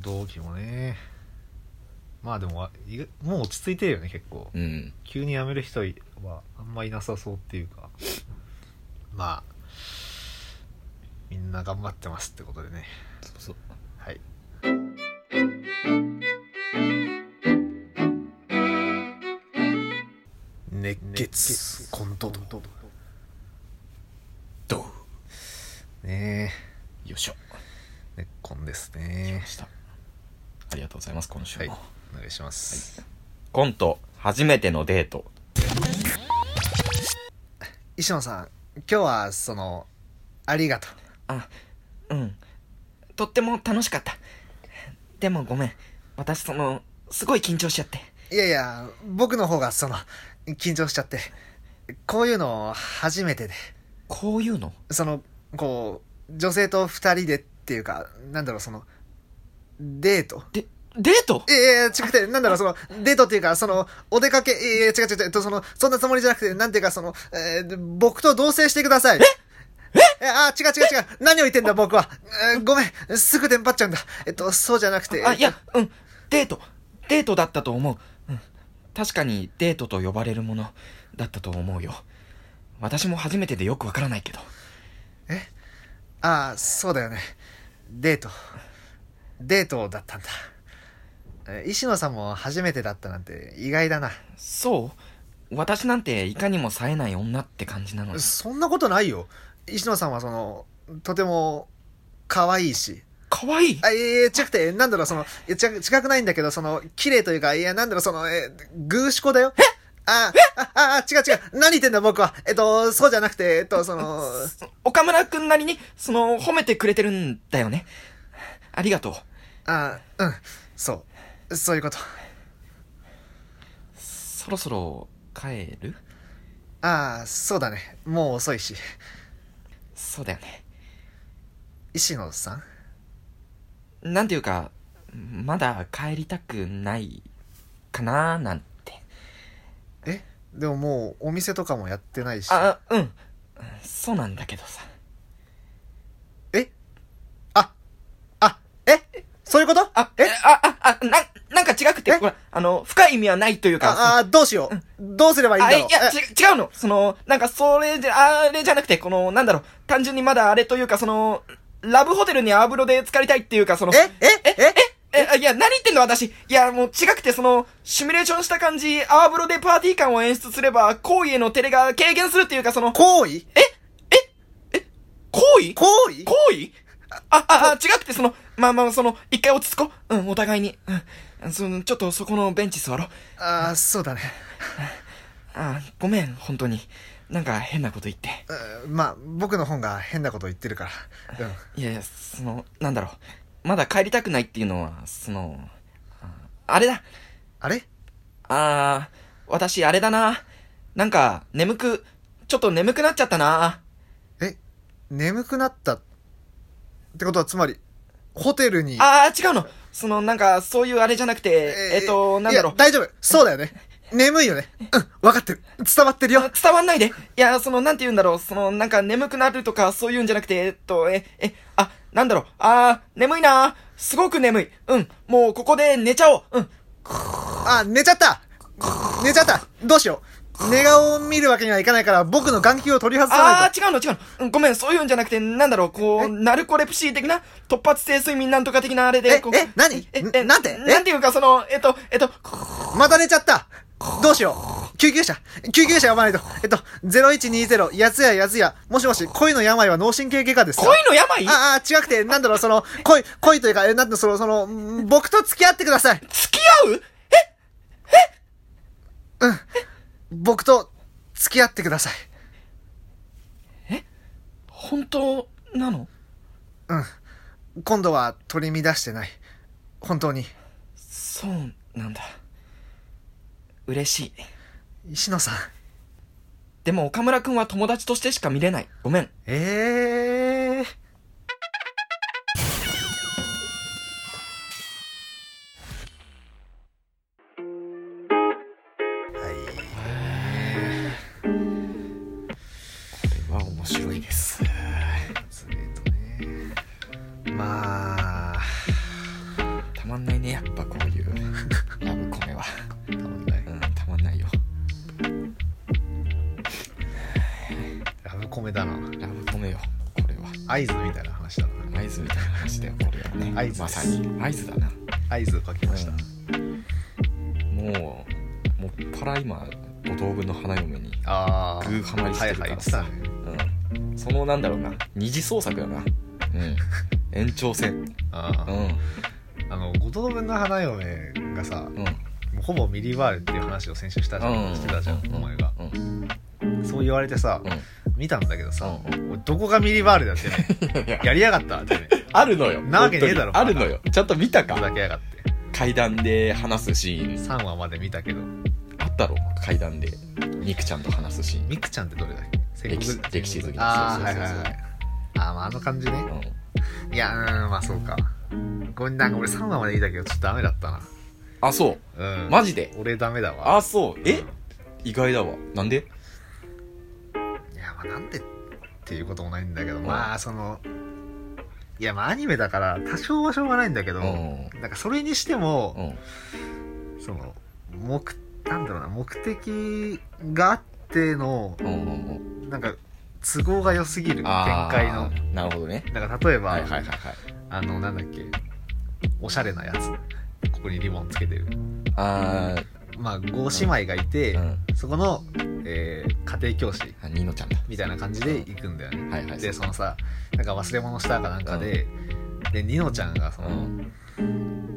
Speaker 2: 同期もね。まあでもわ、いがもう落ち着いてるよね、結構。
Speaker 1: うん
Speaker 2: 急に辞める人はあんまいなさそうっていうかまあみんな頑張ってますってことでね
Speaker 1: そうそう
Speaker 2: はい熱血コントと
Speaker 1: ど
Speaker 2: ね
Speaker 1: うよいしょ
Speaker 2: え熱コンですね
Speaker 1: でしたありがとうございます今週
Speaker 2: はい
Speaker 1: も、
Speaker 2: お願いします、
Speaker 1: コント初めてのデート
Speaker 2: 石野さん今日はそのありがとう
Speaker 1: あうんとっても楽しかったでもごめん私そのすごい緊張しちゃって
Speaker 2: いやいや、僕の方がその、緊張しちゃって。こういうの初めてで。
Speaker 1: こういうの
Speaker 2: その、こう、女性と二人でっていうか、なんだろう、その、デート。
Speaker 1: でデート
Speaker 2: いやいや、違くて、なんだろう、その、デートっていうか、その、お出かけ、いやいや、違う違う違う、えっとその、そんなつもりじゃなくて、なんていうか、その、えー僕と同棲してください。ええあ、違う違う違う。何を言ってんだ、僕は。えーごめん。すぐテンパっちゃうんだ。えっと、そうじゃなくて。
Speaker 1: あいやうんデートデートだったと思う、うん、確かにデートと呼ばれるものだったと思うよ私も初めてでよくわからないけど
Speaker 2: ああそうだよねデートデートだったんだえ石野さんも初めてだったなんて意外だな
Speaker 1: そう私なんていかにも冴えない女って感じなのに
Speaker 2: そんなことないよ石野さんはそのとても可愛いし
Speaker 1: 可愛い
Speaker 2: あいやいや近くてなんだろうそのいや近く近くないんだけどその綺麗というかいやなんだろうそのえ偶子子だよえああああ違う違う何言ってんだ僕はえっとそうじゃなくてえっと その
Speaker 1: 岡村くんなりに、その、褒めてくれてるんだよね。ありがとう。
Speaker 2: あうんそうそういうこと
Speaker 1: そろそろ、帰る
Speaker 2: ああそうだねもう遅いし
Speaker 1: そうだよね。
Speaker 2: 石野さん
Speaker 1: なんていうか、まだ帰りたくない、かなーなんて。
Speaker 2: えでももうお店とかもやってないし
Speaker 1: あ、うん。そうなんだけどさ。
Speaker 2: えああえそういうこと
Speaker 1: あ、
Speaker 2: え
Speaker 1: あ、あ、あ、なん、なんか違くて、
Speaker 2: え
Speaker 1: ほら、あの、深い意味はないというか、
Speaker 2: ああーどうしようどうすればいいんだ
Speaker 1: あ、い
Speaker 2: ろう
Speaker 1: や、
Speaker 2: え
Speaker 1: ち、違うの。その、なんか、それじゃ、あれじゃなくて、この、なんだろう、単純にまだあれというか、その、ラブホテルにアブロで浸かりたいっていうか、その、
Speaker 2: ええええ
Speaker 1: え、あいや、何言ってんの私。いや、もう違くて、その、シミュレーションした感じ、アーブロでパーティー感を演出すれば、行為への照れが軽減するっていうか、その、行
Speaker 2: 行為
Speaker 1: 為行
Speaker 2: 行為
Speaker 1: 為あ、あ、あ、違くて、その、まあまあ、その、一回落ち着こう。うん、お互いに。うん、その、ちょっとそこのベンチ座ろう。
Speaker 2: ああ、そうだね。
Speaker 1: あ、ごめん、本当に。なんか変なこと言って。
Speaker 2: うんまあ、僕の本が変なこと言ってるから。うん
Speaker 1: いやいや、その、なんだろう。まだ帰りたくないっていうのは、その、ああれだ。
Speaker 2: あれ
Speaker 1: あー、私あれだな。なんか、眠く、ちょっと眠くなっちゃったな。
Speaker 2: え、眠くなったってことはつまり、ホテルに。
Speaker 1: あー、違うの。その、なんか、そういうあれじゃなくて、えっ、と、なんだろ
Speaker 2: いうや。大丈夫。そうだよね。眠いよね。うん、わかってる。伝わってるよ。
Speaker 1: 伝わんないで。いや、その、なんて言うんだろう。その、なんか、眠くなるとか、そういうんじゃなくて、えっと、え、え、あ、なんだろう。あー、眠いなすごく眠い。うん。もう、ここで寝ちゃおう。うん。
Speaker 2: あ、寝ちゃった寝ちゃったどうしよう。寝顔を見るわけにはいかないから、僕の眼球を取り外さな
Speaker 1: あ
Speaker 2: いと。
Speaker 1: ー、違うの、違うの。うんごめん、そういうんじゃなくて、なんだろう、こう、ナルコレプシー的な、突発性睡眠なんとか的なあれで、
Speaker 2: え
Speaker 1: こう
Speaker 2: え何
Speaker 1: え
Speaker 2: ん、
Speaker 1: え
Speaker 2: なんてえ
Speaker 1: なんていうか、その、えっと、えっと、
Speaker 2: また寝ちゃったどうしよう救急車救急車呼ばないとえっと、0120、やつややつや、もしもし、恋の病は脳神経外科ですか
Speaker 1: 恋の病
Speaker 2: ああ、違くて、なんだろう、その、恋、恋というか、え、なんだろう、その、その、ん僕と付き合ってください
Speaker 1: 付き合う
Speaker 2: 僕と付き合ってください。
Speaker 1: 本当なの
Speaker 2: うん。今度は取り乱してない。本当に。
Speaker 1: そうなんだ。嬉しい。
Speaker 2: 石野さん。
Speaker 1: でも岡村くんは友達としてしか見れない。ごめん。
Speaker 2: ええー。
Speaker 1: は面白いです。
Speaker 2: それとねまあ
Speaker 1: たまんないね、やっぱこういうラブコメは。
Speaker 2: たまんない
Speaker 1: うん、たまんないよ。
Speaker 2: ラブコメだな
Speaker 1: ラブコメよ、これは。
Speaker 2: 合図みたいな話だな
Speaker 1: 合図みたいな話だよ、これはね。
Speaker 2: 合図です
Speaker 1: まさに。合図だな。
Speaker 2: 合図をかけました、
Speaker 1: もう、もっぱら今、五等分の花嫁に。
Speaker 2: ああ
Speaker 1: グーハマりしてるからさ
Speaker 2: はいはい言って
Speaker 1: うん。そのなんだろうな、二次創作だな。うん。延長戦。
Speaker 2: たね
Speaker 1: う
Speaker 2: あ
Speaker 1: ん。
Speaker 2: ーあの五等分の花嫁がさ
Speaker 1: うん。
Speaker 2: ほぼミリバールっていう話を先週したじゃん、
Speaker 1: うん。
Speaker 2: してたじゃん、
Speaker 1: うん
Speaker 2: お前が
Speaker 1: うん。うん。
Speaker 2: そう言われてさ、
Speaker 1: うん
Speaker 2: 見たんだけどさ、
Speaker 1: うん
Speaker 2: 俺どこがミリバールだって ね
Speaker 1: いや
Speaker 2: やりやがったってね
Speaker 1: あるのよ。
Speaker 2: なわけねえだろ
Speaker 1: 本当 にあるのよ。ちゃんと見た
Speaker 2: ふ
Speaker 1: か
Speaker 2: ざけやがって
Speaker 1: 階段で話すシーン。
Speaker 2: 3話まで見たけど
Speaker 1: あったろ階段で。ミクちゃんと話すシーン。
Speaker 2: みくちゃんってどれだっけ戦
Speaker 1: 歴
Speaker 2: 国
Speaker 1: 史歴史好きだ
Speaker 2: ああ
Speaker 1: そう
Speaker 2: は
Speaker 1: そう
Speaker 2: い
Speaker 1: そうそ
Speaker 2: はい
Speaker 1: う
Speaker 2: はいあーまああの感じね
Speaker 1: うん。
Speaker 2: いやうんまあそうかごめんなんか俺3話までいいだけどちょっとダメだったな
Speaker 1: あ、そう。
Speaker 2: うん
Speaker 1: マジで
Speaker 2: 俺ダメだわ
Speaker 1: あ、そう。え意外だわ。なんで
Speaker 2: いやまあなんでっていうこともないんだけどまあそのいやまあアニメだから多少はしょうがないんだけど、
Speaker 1: うん
Speaker 2: なんかそれにしても
Speaker 1: う、ん。
Speaker 2: その目なんだろうな目的があっての
Speaker 1: うんうんうん。
Speaker 2: なんか都合が良すぎる展
Speaker 1: あ
Speaker 2: 開の
Speaker 1: ーなるほどね。
Speaker 2: なんか例えば、
Speaker 1: はいはいはいはい。
Speaker 2: あのなんだっけおしゃれなやつここにリボンつけてる
Speaker 1: あー、
Speaker 2: まあ、5姉妹がいて、
Speaker 1: うん
Speaker 2: そこの、えー家庭教師
Speaker 1: あニノちゃんだ。
Speaker 2: みたいな感じで行くんだよね。
Speaker 1: はいはい。
Speaker 2: で、そのさ、なんか忘れ物したかなんかで、で、ニノちゃんがそうの、
Speaker 1: ん。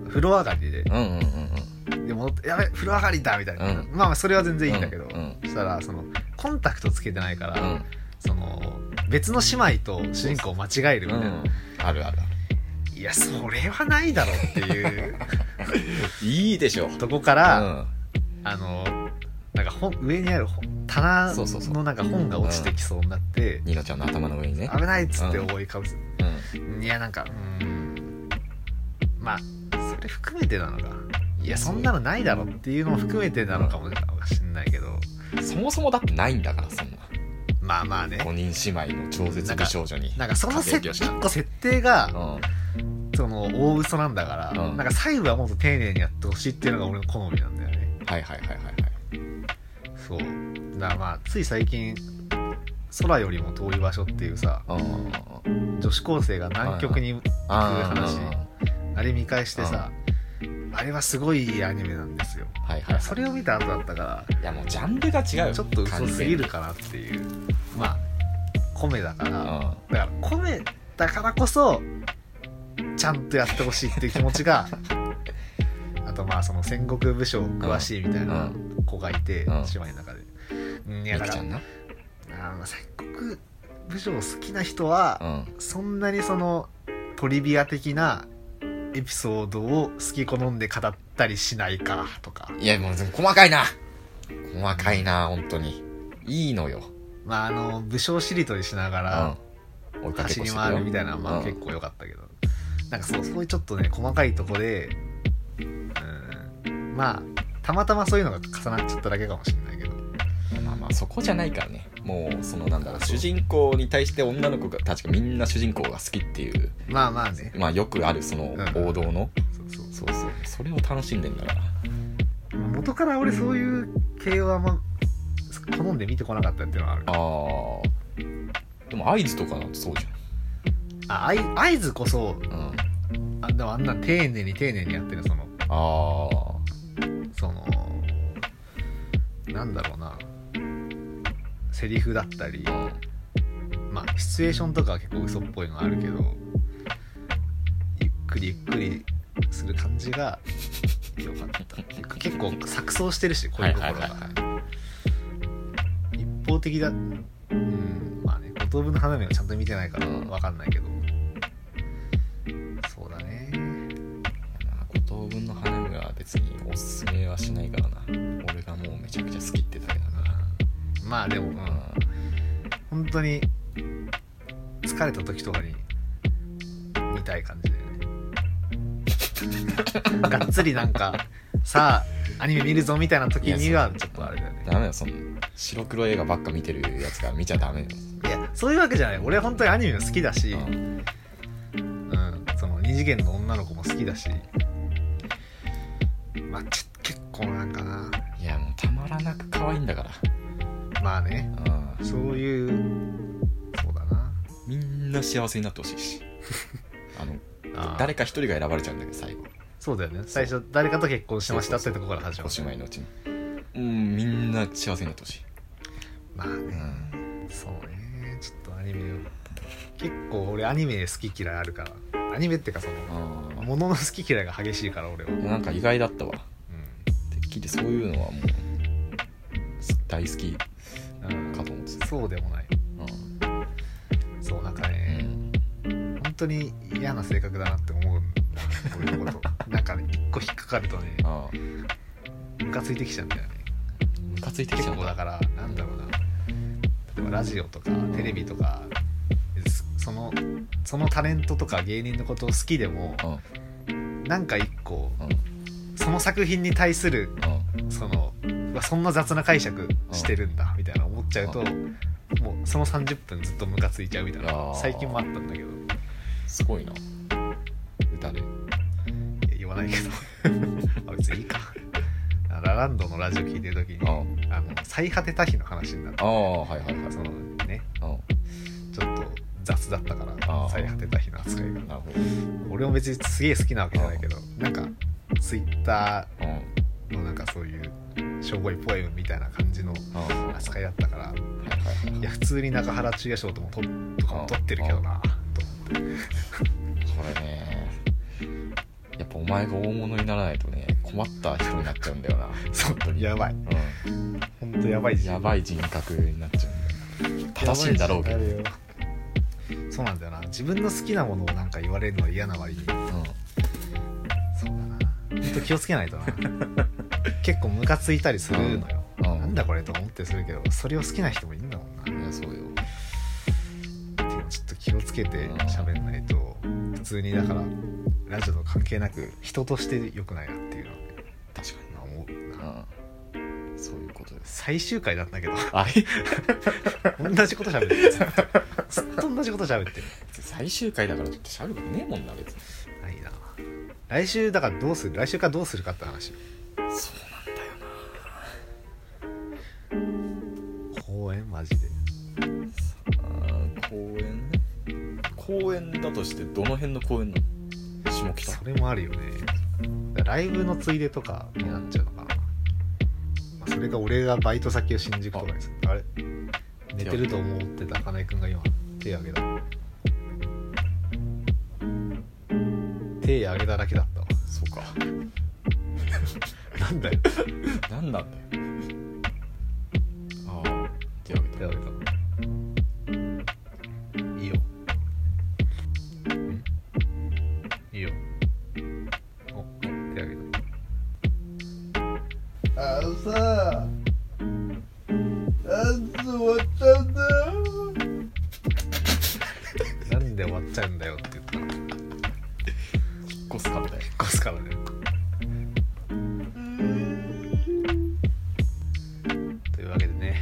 Speaker 2: 風呂上がりで、
Speaker 1: うんうんうんうん。
Speaker 2: で、戻って、やべ、風呂上がりだみたいな。
Speaker 1: うん
Speaker 2: まあまあ、それは全然いいんだけど、
Speaker 1: うん
Speaker 2: そしたら、その、コンタクトつけてないから、
Speaker 1: うん。
Speaker 2: その、別の姉妹と主人公を間違えるみ
Speaker 1: う
Speaker 2: たいな。
Speaker 1: ん。あるあるあ
Speaker 2: いや、それはないだろうっていう
Speaker 1: る。いいでしょ。
Speaker 2: とこか
Speaker 1: う
Speaker 2: ら、
Speaker 1: ん。
Speaker 2: あの、なんか本、上にある本棚
Speaker 1: そうそうそう
Speaker 2: のなんか本が落ちてきそうになって、
Speaker 1: ニノちゃんの頭の上にね。
Speaker 2: 危ないっつって覆いかぶせて、
Speaker 1: う
Speaker 2: いや、なんか、うーん、まあ、それ含めてなのか。いや、そんなのないだろっていうのも含めてなのかもしんないけど、
Speaker 1: ん。そもそもだってないんだから、そんな。
Speaker 2: まあまあね、
Speaker 1: 5人姉妹の超絶美少女に。
Speaker 2: なんかそのせ
Speaker 1: 家庭教師
Speaker 2: 一個設定が、
Speaker 1: うん。
Speaker 2: その、大嘘なんだから、
Speaker 1: うん
Speaker 2: なんか細部はもっと丁寧にやってほしいっていうのが俺の好みなんだよね。
Speaker 1: はいはいはいはいはい。
Speaker 2: そうだからまあつい最近「空よりも遠い場所」っていうさ
Speaker 1: うん。
Speaker 2: 女子高生が南極に
Speaker 1: あー
Speaker 2: そういう話あれ見返してさあれはすごいいいアニメなんですよ
Speaker 1: はいはいはい。
Speaker 2: それを見た後だったか
Speaker 1: いやもうジャンルが違うよ。
Speaker 2: らちょっと嘘
Speaker 1: 完
Speaker 2: す
Speaker 1: 全
Speaker 2: ぎ
Speaker 1: に
Speaker 2: るかなっていうまあ米だから
Speaker 1: う
Speaker 2: だか
Speaker 1: ん。
Speaker 2: ら米だからこそちゃんとやってほしいっていう気持ちが あとまあその戦国武将詳しいみたいな子がいて
Speaker 1: うん
Speaker 2: 姉妹の中でうんい
Speaker 1: み
Speaker 2: やだ
Speaker 1: く
Speaker 2: か
Speaker 1: ち
Speaker 2: ら
Speaker 1: ゃんな。
Speaker 2: あの戦国武将好きな人は、
Speaker 1: ん。
Speaker 2: そんなにそのトリビア的なエピソードを好き好んで語ったりしないかとか
Speaker 1: いやもう細かいな。細かいな、本当に。いいのよ。
Speaker 2: まああの武将しりとりしなが
Speaker 1: う
Speaker 2: ら
Speaker 1: ん。追いかけ
Speaker 2: 走
Speaker 1: っこ
Speaker 2: り
Speaker 1: して
Speaker 2: 回るみたいなのはま
Speaker 1: う
Speaker 2: あ
Speaker 1: ん
Speaker 2: 結構良かったけど、なんかそうそういうちょっとね細かいとこでうんまあたまたまそういうのが重なっちゃっただけかもしれないけど
Speaker 1: まあまあそこじゃないからねもうそのなんだろう主人公に対して女の子が確かみんな主人公が好きっていう
Speaker 2: まあまあね
Speaker 1: まあよくあるその
Speaker 2: うん
Speaker 1: 王道の、
Speaker 2: そうそ
Speaker 1: そ
Speaker 2: う
Speaker 1: うそうそれを楽しんでんだから
Speaker 2: 元から俺そういう系はあんま好んで見てこなかったっていうのはある
Speaker 1: あーでも合図とかなんてそうじ
Speaker 2: ああい合図こそ
Speaker 1: ゃん、うん、
Speaker 2: あでもあんな丁寧に丁寧にやってるその
Speaker 1: あ
Speaker 2: そのなんだろうなセリフだったり
Speaker 1: ーうん
Speaker 2: まあシチュエーションとかは結構嘘っぽいのあるけどゆっくりゆっくりする感じがよかった結構錯綜してるし恋心が、
Speaker 1: はいはいはい
Speaker 2: 一方的だうんまあね五等分の花嫁はちゃんと見てないから
Speaker 1: うん
Speaker 2: わかんないけど、そうだね
Speaker 1: まあ五等分の花嫁は別におすすめはしないからな俺がもうめちゃくちゃ好きってだけだか
Speaker 2: うんまあでも、うん
Speaker 1: ら、うん
Speaker 2: 本当に疲れた時とかに見たい感じだよ ねがっつりなんかさあアニメ見るぞみたいな時にはちょっとあれだよね
Speaker 1: ダメよその白黒映画ばっか見てるやつから見ちゃダメよ、
Speaker 2: いやそういうわけじゃない俺本当にアニメも好きだし、
Speaker 1: う
Speaker 2: うん
Speaker 1: ん
Speaker 2: その二次元の女の子も好きだしまあちょ結構なんかない
Speaker 1: やもうたまらなく可愛いんだから
Speaker 2: まあね
Speaker 1: うん
Speaker 2: そういうそうだな
Speaker 1: みんな幸せになってほしいし あの
Speaker 2: あー
Speaker 1: 誰か一人が選ばれちゃうんだけど最後
Speaker 2: そうだよね最初誰かと結婚しましたってとこから始ま
Speaker 1: お
Speaker 2: る
Speaker 1: しまいのうちにうんみんな幸せになってほしい、
Speaker 2: まあね
Speaker 1: うん、
Speaker 2: そうねちょっとアニメを結構俺アニメ好き嫌いあるからアニメっていうかその
Speaker 1: あー
Speaker 2: 物の好き嫌いが激しいから俺は、う
Speaker 1: い
Speaker 2: ん
Speaker 1: やなんか意外だったわてっきりそういうのはもう大好きか
Speaker 2: うん
Speaker 1: と思ってた、
Speaker 2: そうでもない
Speaker 1: うん
Speaker 2: そうなんか
Speaker 1: う
Speaker 2: ね、
Speaker 1: ん、
Speaker 2: 本当に嫌な性格だなって思うんだこういうことなんかね一個引っかかるとね
Speaker 1: あー
Speaker 2: ムカついてきちゃうんだよね
Speaker 1: ムカついてきち
Speaker 2: 結
Speaker 1: ゃうん
Speaker 2: 構だ
Speaker 1: だ
Speaker 2: からなんだろうな例えばラジオとかテレビとか、そのそのタレントとか芸人のことを好きでも
Speaker 1: うん
Speaker 2: なんか一個
Speaker 1: うん
Speaker 2: その作品に対する
Speaker 1: うん
Speaker 2: そのうわそんな雑な解釈してるんだみたいな思っちゃうと、
Speaker 1: う
Speaker 2: もうその30分ずっとムカついちゃうみたい
Speaker 1: あー
Speaker 2: な最近もあったんだけどい
Speaker 1: すごいな歌で
Speaker 2: や言わな いけどあ別にいいかあラランドのラジオ聞いてる時に
Speaker 1: あ
Speaker 2: あの最果て多比の話になって
Speaker 1: ああはいはいはい
Speaker 2: そのね
Speaker 1: う
Speaker 2: ちょっと雑だったか
Speaker 1: あ
Speaker 2: ら
Speaker 1: ー
Speaker 2: 最果て多比の扱いが
Speaker 1: んなるほ
Speaker 2: 俺も別にすげえ好きなわけじゃないけどなんかツイッタ
Speaker 1: どうん
Speaker 2: ーのなんかそういうしょぼいポエムみたいな感じの
Speaker 1: あはいは
Speaker 2: 扱いだったから
Speaker 1: いはい
Speaker 2: いや普通に中原中也賞ともととかも取ってるけどな
Speaker 1: これねやっぱお前が大物にならないとね困った人になっちゃうんだよな
Speaker 2: そうやばい
Speaker 1: うん
Speaker 2: 本当やばい
Speaker 1: やばい人格になっちゃうんだよな正しいんだろうけど、うん、
Speaker 2: やばい人になるよそうなんだよな自分の好きなものをなんか言われるのは嫌な割にそうだな本当気をつけな いとな結構ムカついたりするのよ、
Speaker 1: うんうん
Speaker 2: なんだこれと思ってするけどそれを好きな人もいるんだもんなっていう
Speaker 1: いやそうよ
Speaker 2: のちょっと気をつけて喋んないと普通にだからラジオと関係なく人として良くないなっていうのはね
Speaker 1: 確か
Speaker 2: まあ思う
Speaker 1: に
Speaker 2: な
Speaker 1: な、うん、そういうことです
Speaker 2: 最終回なんだけど
Speaker 1: あれ
Speaker 2: 同じこと喋ってるずっとずっと同じこと喋ってる
Speaker 1: 最終回だからってしゃべることねえもんな別に
Speaker 2: ないな来週だからどうする来週からどうするかって話
Speaker 1: そうなんだよな
Speaker 2: 公演マジで
Speaker 1: あー公園ね公園だとしてどの辺の公園なの下北
Speaker 2: それもあるよねライブのついでとかになっちゃうのかな、まあそれが俺がバイト先を新宿とかですあれ寝てると思ってた金井君が今手あげた手あげただけだったわ
Speaker 1: そうか
Speaker 2: なんだ よ
Speaker 1: 何なんだよああ手挙げ
Speaker 2: 手
Speaker 1: た
Speaker 2: あげたいいよんいいよお手あげた
Speaker 4: あのさなんで終わっちゃうんだよ
Speaker 2: なんで終わっちゃうんだよって言ったら引っ
Speaker 1: 引っ越すかみたいな
Speaker 2: 越すからねというわけでね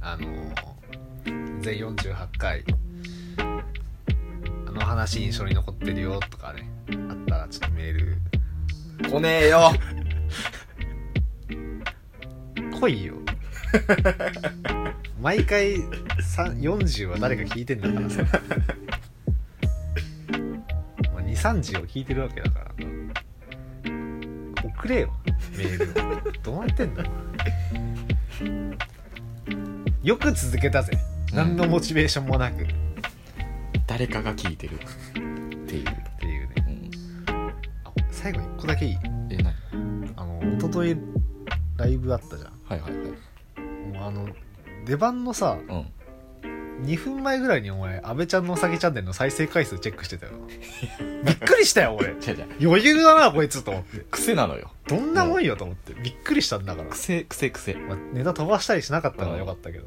Speaker 2: あのー全48回あの話印象に残ってるよとかねあったらちょっとメール
Speaker 1: 来ねえよ
Speaker 2: 来いよ毎回さ40は誰か聞いてんだからさ230を聞いてるわけだから送れよメールをどうなってんだよよく続けたぜ何のモチベーションもなく、っ
Speaker 1: 誰かが聞いてるっていう、
Speaker 2: ていうね
Speaker 1: うん、
Speaker 2: あ最後に1個だけいい
Speaker 1: え何
Speaker 2: あの一昨日ライブあったじゃ
Speaker 1: はいはいはい
Speaker 2: んもうあの出番のさ
Speaker 1: うん
Speaker 2: 2分前ぐらいにお前安倍ちゃんのお酒チャンネルの再生回数チェックしてたよびっくりしたよ俺
Speaker 1: 違う違う
Speaker 2: 余裕だなこいつと思って
Speaker 1: 癖なのよ
Speaker 2: どんなもんよと思ってびっくりしたんだから、
Speaker 1: 癖癖癖
Speaker 2: まあ、ネタ飛ばしたりしなかったのはよかったけど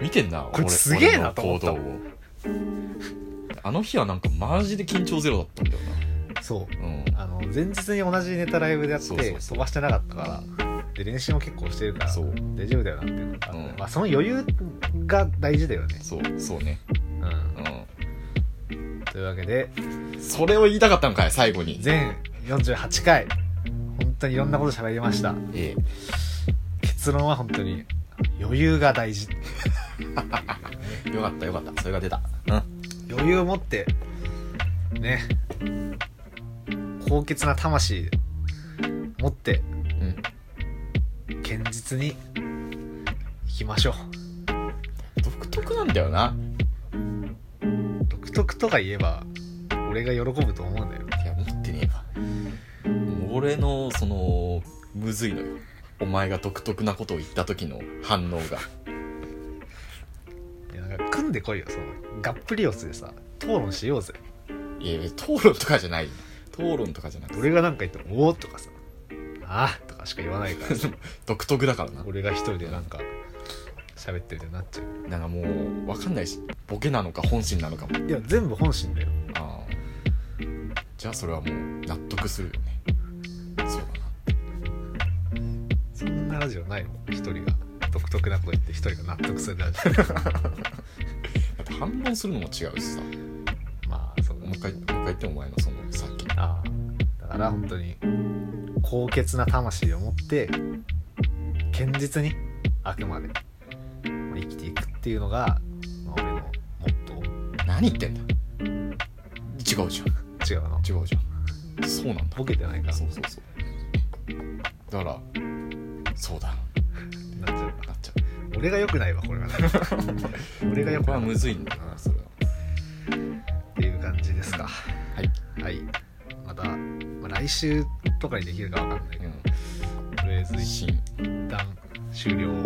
Speaker 1: 見てんな
Speaker 2: こいつ
Speaker 1: 俺
Speaker 2: すげえなと思った
Speaker 1: 俺の行動をあの日はなんかマジで緊張ゼロだったんだよ
Speaker 2: そう
Speaker 1: なうん
Speaker 2: あの前日に同じネタライブでやって
Speaker 1: そうそうそう
Speaker 2: 飛ばしてなかったからで練習も結構してるから
Speaker 1: そう
Speaker 2: 大丈夫だよなっていうのがあって、
Speaker 1: うん
Speaker 2: まあ、その余裕が大事だよね、
Speaker 1: そうそうね
Speaker 2: うん、
Speaker 1: う
Speaker 2: というわけで
Speaker 1: んそれを言いたかったのかい最後に
Speaker 2: 全48回本当にいろんなこと喋りました、
Speaker 1: ええ
Speaker 2: 結論は本当に余裕が大事
Speaker 1: よかったよかったそれが出たうん
Speaker 2: 余裕を持ってね高潔な魂持って
Speaker 1: うん
Speaker 2: 堅実にいきましょう
Speaker 1: 独特なんだよな
Speaker 2: 独特とか言えば俺が喜ぶと思うんだよ
Speaker 1: いや持ってねえわもう俺のそのむずいのよお前が独特なことを言った時の反応が
Speaker 2: いやなんか組んでこいよそのがっぷり四つでさ討論しようぜ
Speaker 1: いや討論とかじゃない討論とかじゃなくて
Speaker 2: 俺がなんか言っても「おお」とかさ「ああ」とかしか言わない からさ
Speaker 1: 独特だからな
Speaker 2: 俺が一人でなんか喋ってるってなっちゃう
Speaker 1: なんかもう分かんないしボケなのか本心なのかも
Speaker 2: いや全部本心だよ
Speaker 1: ああじゃあそれはもう納得するよねそうだな
Speaker 2: そんなラジオないもん一人が独特なこと言って一人が納得するラジ
Speaker 1: だって反論するのも違うしさ
Speaker 2: オ まあそうだ
Speaker 1: もう
Speaker 2: ね
Speaker 1: 一回もう一回言ってお前のそのさっきの
Speaker 2: ああだから本当に高潔な魂を持って堅実にあくまで生きていくっていうのが、まあ俺のモット
Speaker 1: 何言ってんだ違うじゃん
Speaker 2: ー違うの
Speaker 1: 違うじゃんそうなんだ
Speaker 2: ボケてないから
Speaker 1: そうそうそうだだからそうだ
Speaker 2: なっちゃう
Speaker 1: なっちゃ
Speaker 2: 俺が良くないわこ れは俺が
Speaker 1: う
Speaker 2: 良
Speaker 1: こ
Speaker 2: く
Speaker 1: れは
Speaker 2: な
Speaker 1: い
Speaker 2: っ
Speaker 1: むずいんだなそれは
Speaker 2: ていう感じですか
Speaker 1: はい、
Speaker 2: はいまた、まあ来週とかにできるかわかんないけど、
Speaker 1: う
Speaker 2: とりあえず
Speaker 1: ん、
Speaker 2: 一
Speaker 1: シーン
Speaker 2: 旦終了を